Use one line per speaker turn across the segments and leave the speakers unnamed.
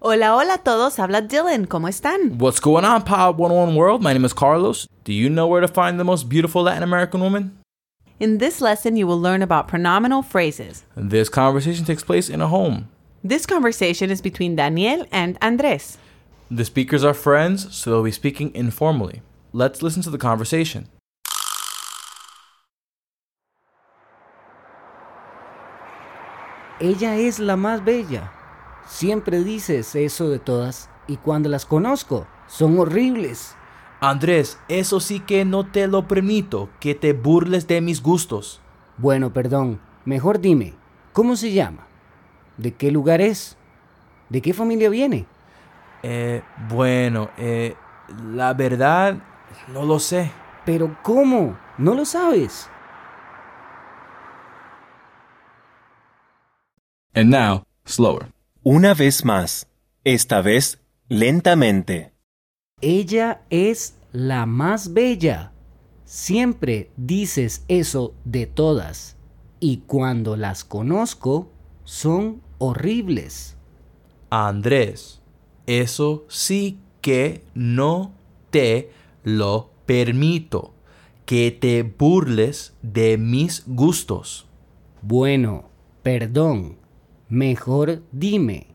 Hola, hola a todos, habla Dylan, ¿cómo están?
What's going on, Pod 101 World? My name is Carlos. Do you know where to find the most beautiful Latin American woman?
In this lesson, you will learn about pronominal phrases.
This conversation takes place in a home.
This conversation is between Daniel and Andres.
The speakers are friends, so they'll be speaking informally. Let's listen to the conversation.
Ella es la más bella. Siempre dices eso de todas y cuando las conozco, son horribles.
Andrés, eso sí que no te lo permito, que te burles de mis gustos.
Bueno, perdón, mejor dime, ¿cómo se llama? ¿De qué lugar es? ¿De qué familia viene?
Eh, bueno, eh, la verdad, no lo sé.
Pero ¿cómo? No lo sabes.
And now, slower.
Una vez más, esta vez lentamente.
Ella es la más bella. Siempre dices eso de todas y cuando las conozco, son horribles.
Andrés, eso sí que no te lo permito, que te burles de mis gustos.
Bueno, perdón. Mejor dime,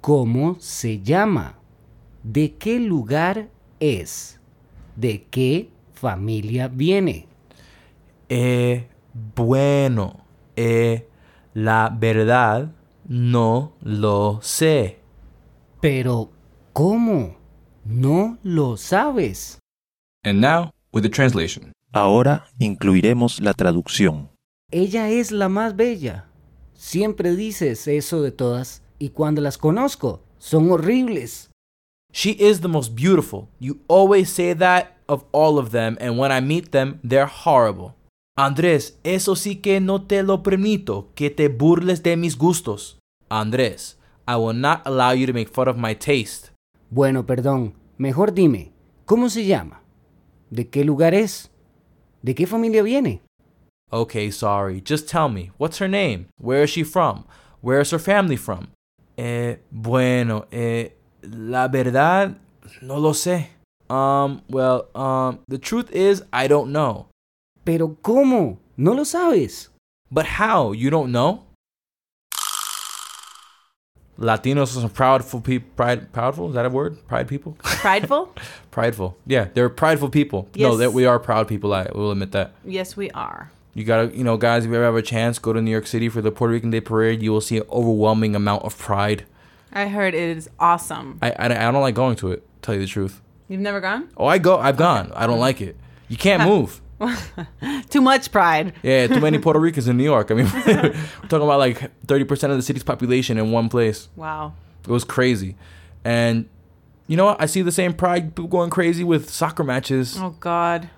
¿cómo se llama? ¿De qué lugar es? ¿De qué familia viene?
Eh, bueno, eh, la verdad no lo sé.
Pero, ¿cómo? No lo sabes.
And now with the translation.
Ahora incluiremos la traducción.
Ella es la más bella. Siempre dices eso de todas y cuando las conozco, son horribles.
She is the most beautiful. You always say that of all of them, and when I meet them, they're horrible. Andrés, eso sí que no te lo permito, que te burles de mis gustos. Andrés, I will not allow you to make fun of my taste.
Bueno, perdón, mejor dime, ¿cómo se llama? ¿De qué lugar es? ¿De qué familia viene?
Okay, sorry. Just tell me, what's her name? Where is she from? Where is her family from? Eh, bueno, eh, la verdad, no lo sé. Um, well, um, the truth is, I don't know.
Pero ¿cómo? No lo sabes.
But how? You don't know? Latinos are some proudful people. Pride, proudful? Is that a word? Pride people?
Prideful?
prideful. Yeah, they're prideful people. No,
Yes.
that we are proud people. I will admit that.
yes, we are.
You gotta, you know, guys, if you ever have a chance, go to New York City for the Puerto Rican Day Parade. You will see an overwhelming amount of pride.
I heard it is awesome.
I, I, I don't like going to it. Tell you the truth.
You've never gone?
Oh, I go. I've gone. I don't like it. You can't move.
Too much pride.
Yeah, too many Puerto Ricans in New York. I mean, we're talking about like thirty percent of the city's population in one place.
Wow.
It was crazy, and you know what? I see the same pride people going crazy with soccer matches.
Oh, God.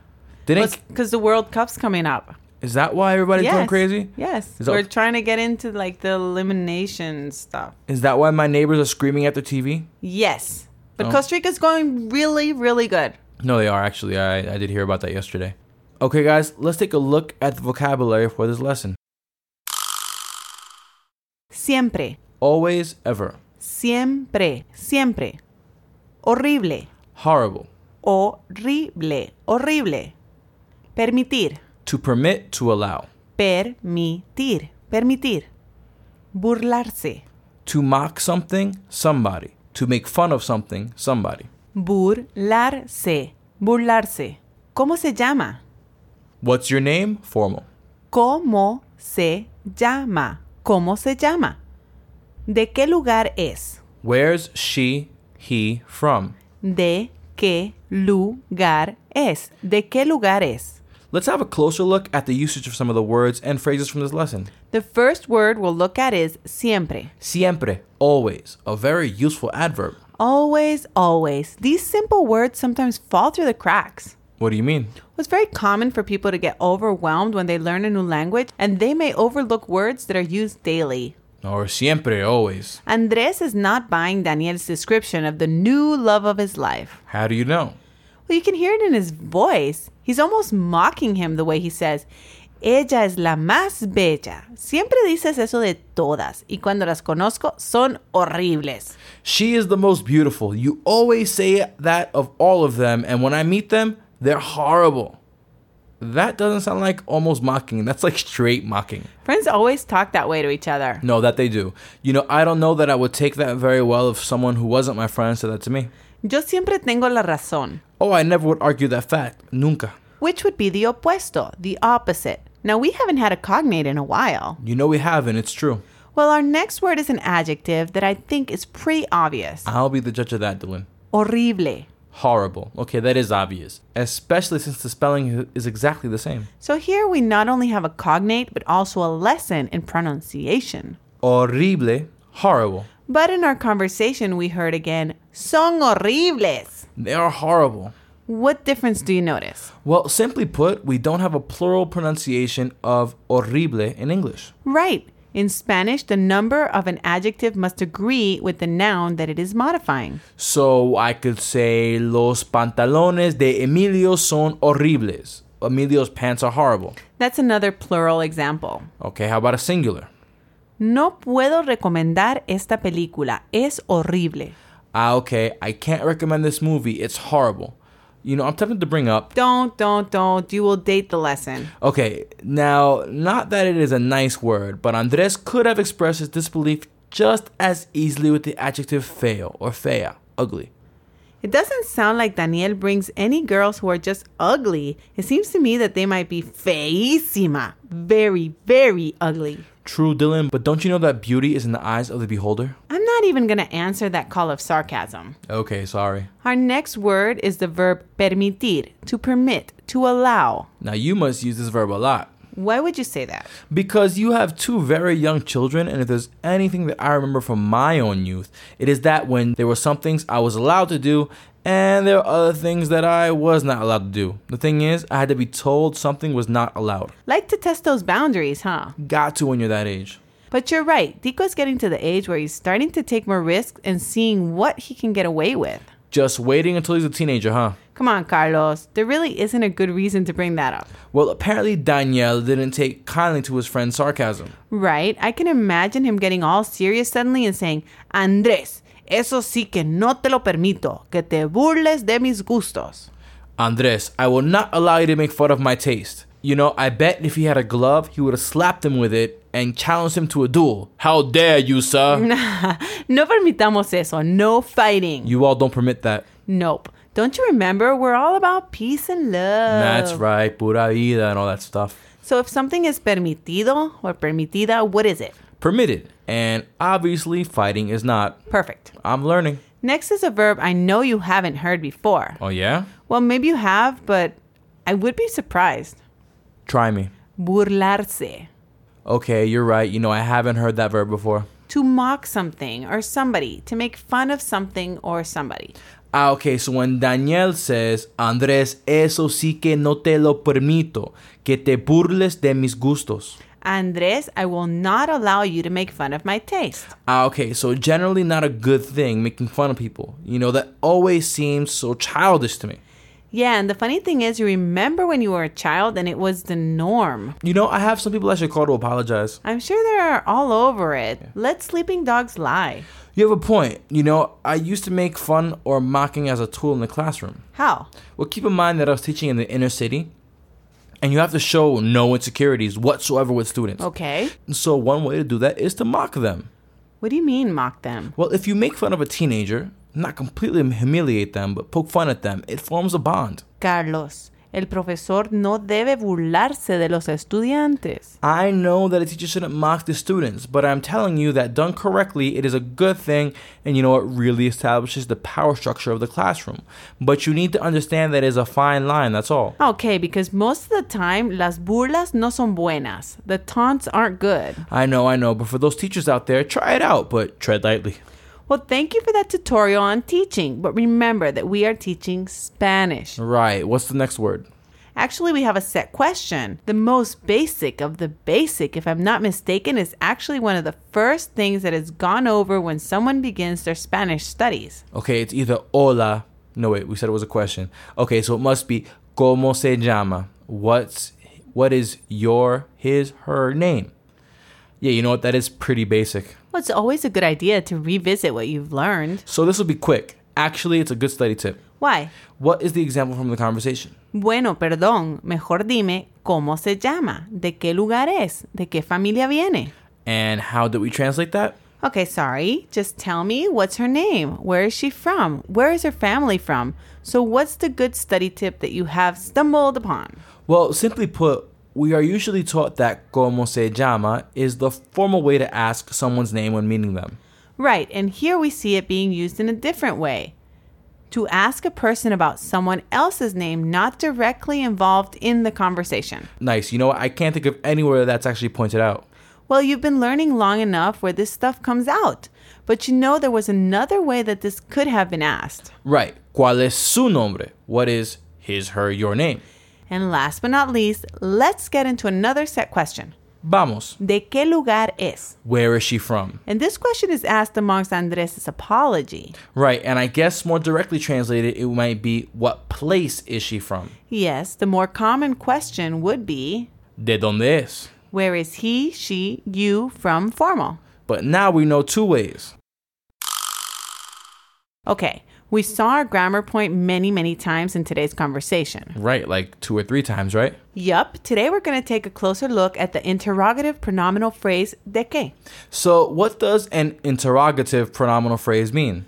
They didn't-
Because the World Cup's coming up.
is that why everybody's going crazy?
Yes.
Is that-
We're trying to get into like the elimination stuff.
Is that why my neighbors are screaming at their TV?
Yes. But
Oh.
Costa Rica's going really, really good.
No, they are actually. I, I did hear about that yesterday. Okay, guys, let's take a look at the vocabulary for this lesson.
Siempre.
Always, ever.
Siempre. Siempre. Horrible.
Horrible.
horrible, horrible. Permitir,
To permit, to allow.
permitir, permitir. Burlarse,
To mock something, somebody. To make fun of something, somebody.
burlarse, burlarse. ¿Cómo se llama?
What's your name? Formal.
¿Cómo se llama? ¿Cómo se llama? ¿De qué lugar es?
Where's she, he from?
¿De qué lugar es? ¿De qué lugar es?
Let's have a closer look at the usage of some of the words and phrases from this lesson.
The first word we'll look at is siempre.
Siempre, always, a very useful adverb.
Always, always. These simple words sometimes fall through the cracks.
What do you mean?
It's very common for people to get overwhelmed when they learn a new language, and they may overlook words that are used daily.
Or siempre, always.
Andres is not buying Daniel's description of the new love of his life.
How do you know?
Well, you can hear it in his voice. He's almost mocking him the way he says, Ella es la más bella. Siempre dices eso de todas y cuando las conozco son horribles.
She is the most beautiful. You always say that of all of them, and when I meet them, they're horrible. That doesn't sound like almost mocking. That's like straight mocking.
Friends always talk that way to each other.
No, that they do. You know, I don't know that I would take that very well if someone who wasn't my friend said that to me.
Yo siempre tengo la razón.
Oh, I never would argue that fact. Nunca.
which would be the opuesto, the opposite. Now, we haven't had a cognate in a while.
You know we haven't, it's true.
Well, our next word is an adjective that I think is pretty obvious.
I'll be the judge of that, Dylan.
Horrible.
Horrible. Okay, that is obvious. Especially since the spelling is exactly the same.
So here we not only have a cognate, but also a lesson in pronunciation.
Horrible. Horrible.
But in our conversation, we heard again, son horribles.
They are horrible.
What difference do you notice?
Well, simply put, we don't have a plural pronunciation of horrible in English.
Right. In Spanish, the number of an adjective must agree with the noun that it is modifying.
So I could say, Los pantalones de Emilio son horribles. Emilio's pants are horrible.
That's another plural example.
Okay, how about a singular?
No puedo recomendar esta película. Es horrible.
Ah, okay, I can't recommend this movie. It's horrible. You know, I'm tempted to bring up.
Don't, don't, don't. You will date the lesson.
Okay, now, not that it is a nice word, but Andres could have expressed his disbelief just as easily with the adjective feo or fea, ugly.
It doesn't sound like Daniel brings any girls who are just ugly. It seems to me that they might be feísima. Very, very ugly.
True, Dylan, but don't you know that beauty is in the eyes of the beholder?
I'm not even going to answer that call of sarcasm.
Okay, sorry.
Our next word is the verb permitir, to permit, to allow.
Now, you must use this verb a lot.
Why would you say that?
Because you have two very young children, and if there's anything that I remember from my own youth, it is that when there were some things I was allowed to do, and there were other things that I was not allowed to do. The thing is, I had to be told something was not allowed.
Like to test those boundaries, huh?
Got to when you're that age.
But you're right. Dico's getting to the age where he's starting to take more risks and seeing what he can get away with.
Just waiting until he's a teenager, huh?
Come on, Carlos. There really isn't a good reason to bring that up.
Well, apparently Daniel didn't take kindly to his friend's sarcasm.
Right? I can imagine him getting all serious suddenly and saying, Andrés, eso sí que no te lo permito, que te burles de mis gustos.
Andres, I will not allow you to make fun of my taste. You know, I bet if he had a glove, he would have slapped him with it and challenged him to a duel. How dare you, sir?
no permitamos eso. No fighting.
you all don't permit that.
nope. Don't you remember? We're all about peace and love.
That's right, pura vida and all that stuff.
So if something is permitido or permitida, what is it?
Permitted. And obviously, fighting is not.
Perfect.
I'm learning.
Next is a verb I know you haven't heard before.
Oh, yeah?
Well, maybe you have, but I would be surprised.
Try me.
Burlarse.
Okay, you're right. You know, I haven't heard that verb before.
To mock something or somebody, to make fun of something or somebody.
Ah, okay, so when Daniel says, Andrés, eso sí que no te lo permito, que te burles de mis gustos.
Andres, I will not allow you to make fun of my taste.
Ah, okay, so generally not a good thing making fun of people. You know, that always seems so childish to me.
Yeah, and the funny thing is, you remember when you were a child and it was the norm.
You know, I have some people I should call to apologize.
I'm sure they are all over it. Let sleeping dogs lie.
You have a point. You know, I used to make fun or mocking as a tool in the classroom.
How?
Well, keep in mind that I was teaching in the inner city, and you have to show no insecurities whatsoever with students.
Okay.
So, one way to do that is to mock them.
What do you mean mock them?
Well, if you make fun of a teenager, not completely humiliate them, but poke fun at them, it forms a bond.
Carlos, el profesor no debe burlarse de los estudiantes.
I know that a teacher shouldn't mock the students, but I'm telling you that done correctly, it is a good thing, and you know it really establishes the power structure of the classroom. But you need to understand that it's a fine line. That's all.
Okay, because most of the time, las burlas no son buenas. The taunts aren't good.
I know, I know, but for those teachers out there, try it out, but tread lightly.
Well, thank you for that tutorial on teaching, but remember that we are teaching Spanish.
Right. What's the next word?
Actually, we have a set question. The most basic of the basic, if I'm not mistaken, is actually one of the first things that is gone over when someone begins their Spanish studies.
Okay, it's either hola. No, wait, we said it was a question. Okay, so it must be como se llama. What's What is your, his, her name? Yeah, you know what? That is pretty basic.
Well, it's always a good idea to revisit what you've learned.
So this will be quick. Actually, it's a good study tip.
Why?
What is the example from the conversation?
Bueno, perdón, mejor dime cómo se llama, de qué lugar es, de qué familia viene.
And how did we translate that?
Okay, sorry. Just tell me what's her name? Where is she from? Where is her family from? So, what's the good study tip that you have stumbled upon?
Well, simply put, we are usually taught that como se llama is the formal way to ask someone's name when meeting them.
Right, and here we see it being used in a different way. To ask a person about someone else's name not directly involved in the conversation.
Nice. You know what? I can't think of anywhere that's actually pointed out.
Well, you've been learning long enough where this stuff comes out. But you know, there was another way that this could have been asked.
Right. ¿Cuál es su nombre? What is his, her, your name?
And last but not least, let's get into another set question.
Vamos.
¿De qué lugar es?
Where is she from?
And this question is asked amongst Andres' apology.
Right. And I guess more directly translated, it might be what place is she from?
Yes, the more common question would be
De donde es?
where is he, she, you from formal?
But now we know two ways.
Okay, we saw our grammar point many, many times in today's conversation.
Right. Like two or three times, right?
Yup, today we're going to take a closer look at the interrogative pronominal phrase de que.
So, what does an interrogative pronominal phrase mean?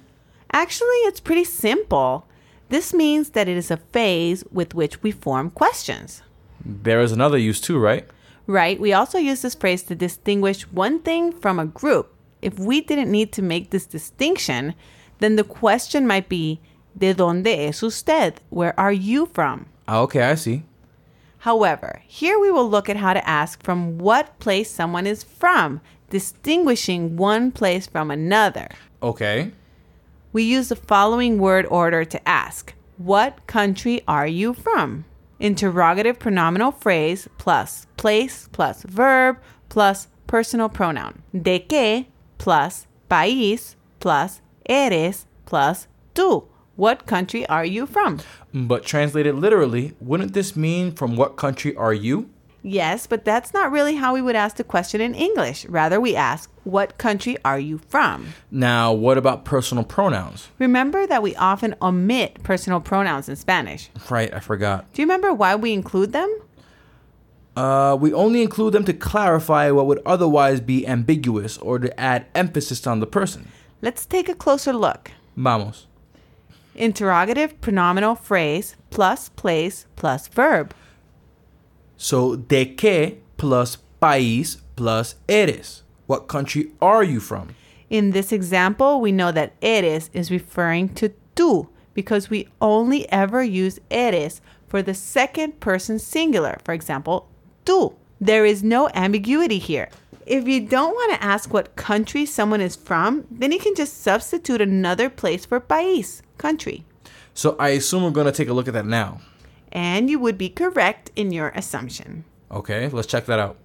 Actually, it's pretty simple. This means that it is a phrase with which we form questions.
There is another use too, right?
Right? We also use this phrase to distinguish one thing from a group. If we didn't need to make this distinction, then the question might be, ¿De dónde es usted? Where are you from?
Ah, okay, I see.
However, here we will look at how to ask from what place someone is from, distinguishing one place from another.
Okay.
We use the following word order to ask What country are you from? Interrogative pronominal phrase plus place plus verb plus personal pronoun. De que plus país plus eres plus tú. What country are you from?
But translated literally, wouldn't this mean from what country are you?
Yes, but that's not really how we would ask the question in English. Rather, we ask, What country are you from?
Now, what about personal pronouns?
Remember that we often omit personal pronouns in Spanish.
Right, I forgot.
Do you remember why we include them?
Uh, we only include them to clarify what would otherwise be ambiguous or to add emphasis on the person.
Let's take a closer look.
Vamos.
Interrogative pronominal phrase plus place plus verb.
So, de qué plus país plus eres? What country are you from?
In this example, we know that eres is referring to tú because we only ever use eres for the second person singular. For example, tú. There is no ambiguity here. If you don't want to ask what country someone is from, then you can just substitute another place for país, country.
So, I assume we're going to take a look at that now.
And you would be correct in your assumption.
Okay, let's check that out.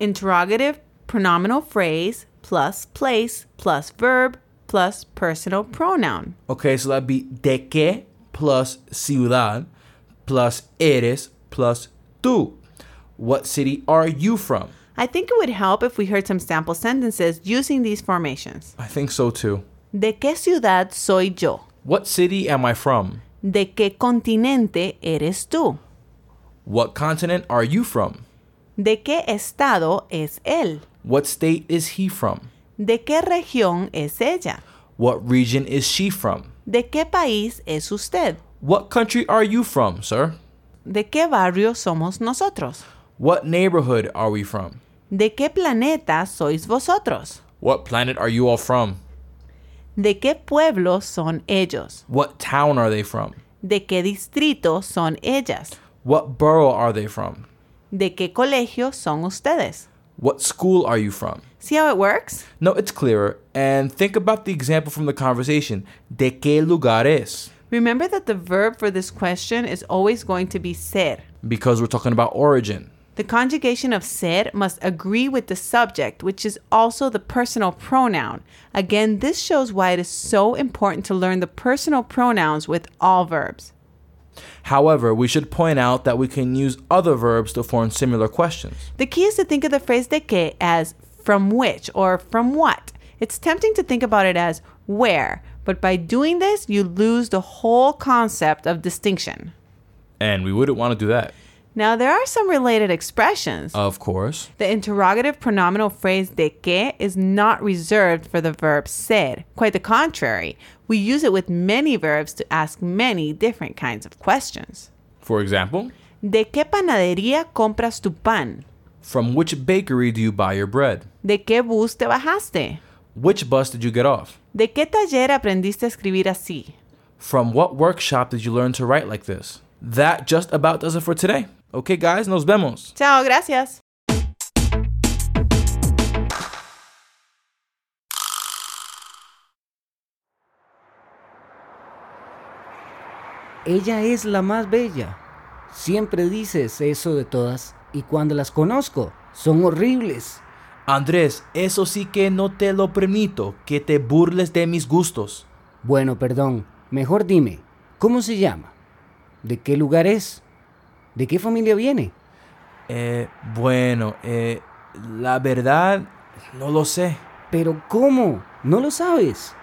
interrogative pronominal phrase plus place plus verb plus personal pronoun.
Okay, so that'd be de qué plus ciudad plus eres plus tú. What city are you from?
I think it would help if we heard some sample sentences using these formations.
I think so too.
¿De qué ciudad soy yo?
What city am I from?
¿De qué continente eres tú?
What continent are you from?
¿De qué estado es él?
What state is he from?
¿De qué región es ella?
What region is she from?
¿De qué país es usted?
What country are you from, sir?
¿De qué barrio somos nosotros?
What neighborhood are we from?
¿De qué planeta sois vosotros?
What planet are you all from?
¿De qué pueblo son ellos?
What town are they from?
¿De qué distrito son ellas?
What borough are they from?
¿De qué colegio son ustedes?
What school are you from?
See how it works?
No, it's clearer. And think about the example from the conversation. ¿De qué lugar es?
Remember that the verb for this question is always going to be ser.
Because we're talking about origin.
The conjugation of ser must agree with the subject, which is also the personal pronoun. Again, this shows why it is so important to learn the personal pronouns with all verbs.
However, we should point out that we can use other verbs to form similar questions.
The key is to think of the phrase de que as from which or from what. It's tempting to think about it as where, but by doing this, you lose the whole concept of distinction.
And we wouldn't want to do that.
Now, there are some related expressions.
Of course.
The interrogative pronominal phrase de que is not reserved for the verb ser. Quite the contrary, we use it with many verbs to ask many different kinds of questions.
For example,
¿De qué panadería compras tu pan?
from which bakery do you buy your bread?
¿De qué bus te bajaste?
Which bus did you get off?
¿De qué taller aprendiste a escribir así?
From what workshop did you learn to write like this? That just about does it for today. Okay, guys, nos vemos.
Chao, gracias.
Ella es la más bella. Siempre dices eso de todas y cuando las conozco, son horribles.
Andrés, eso sí que no te lo permito, que te burles de mis gustos.
Bueno, perdón, mejor dime, ¿cómo se llama? ¿De qué lugar es? ¿De qué familia viene?
Eh, bueno, eh, la verdad, no lo sé.
Pero ¿cómo? ¿No lo sabes?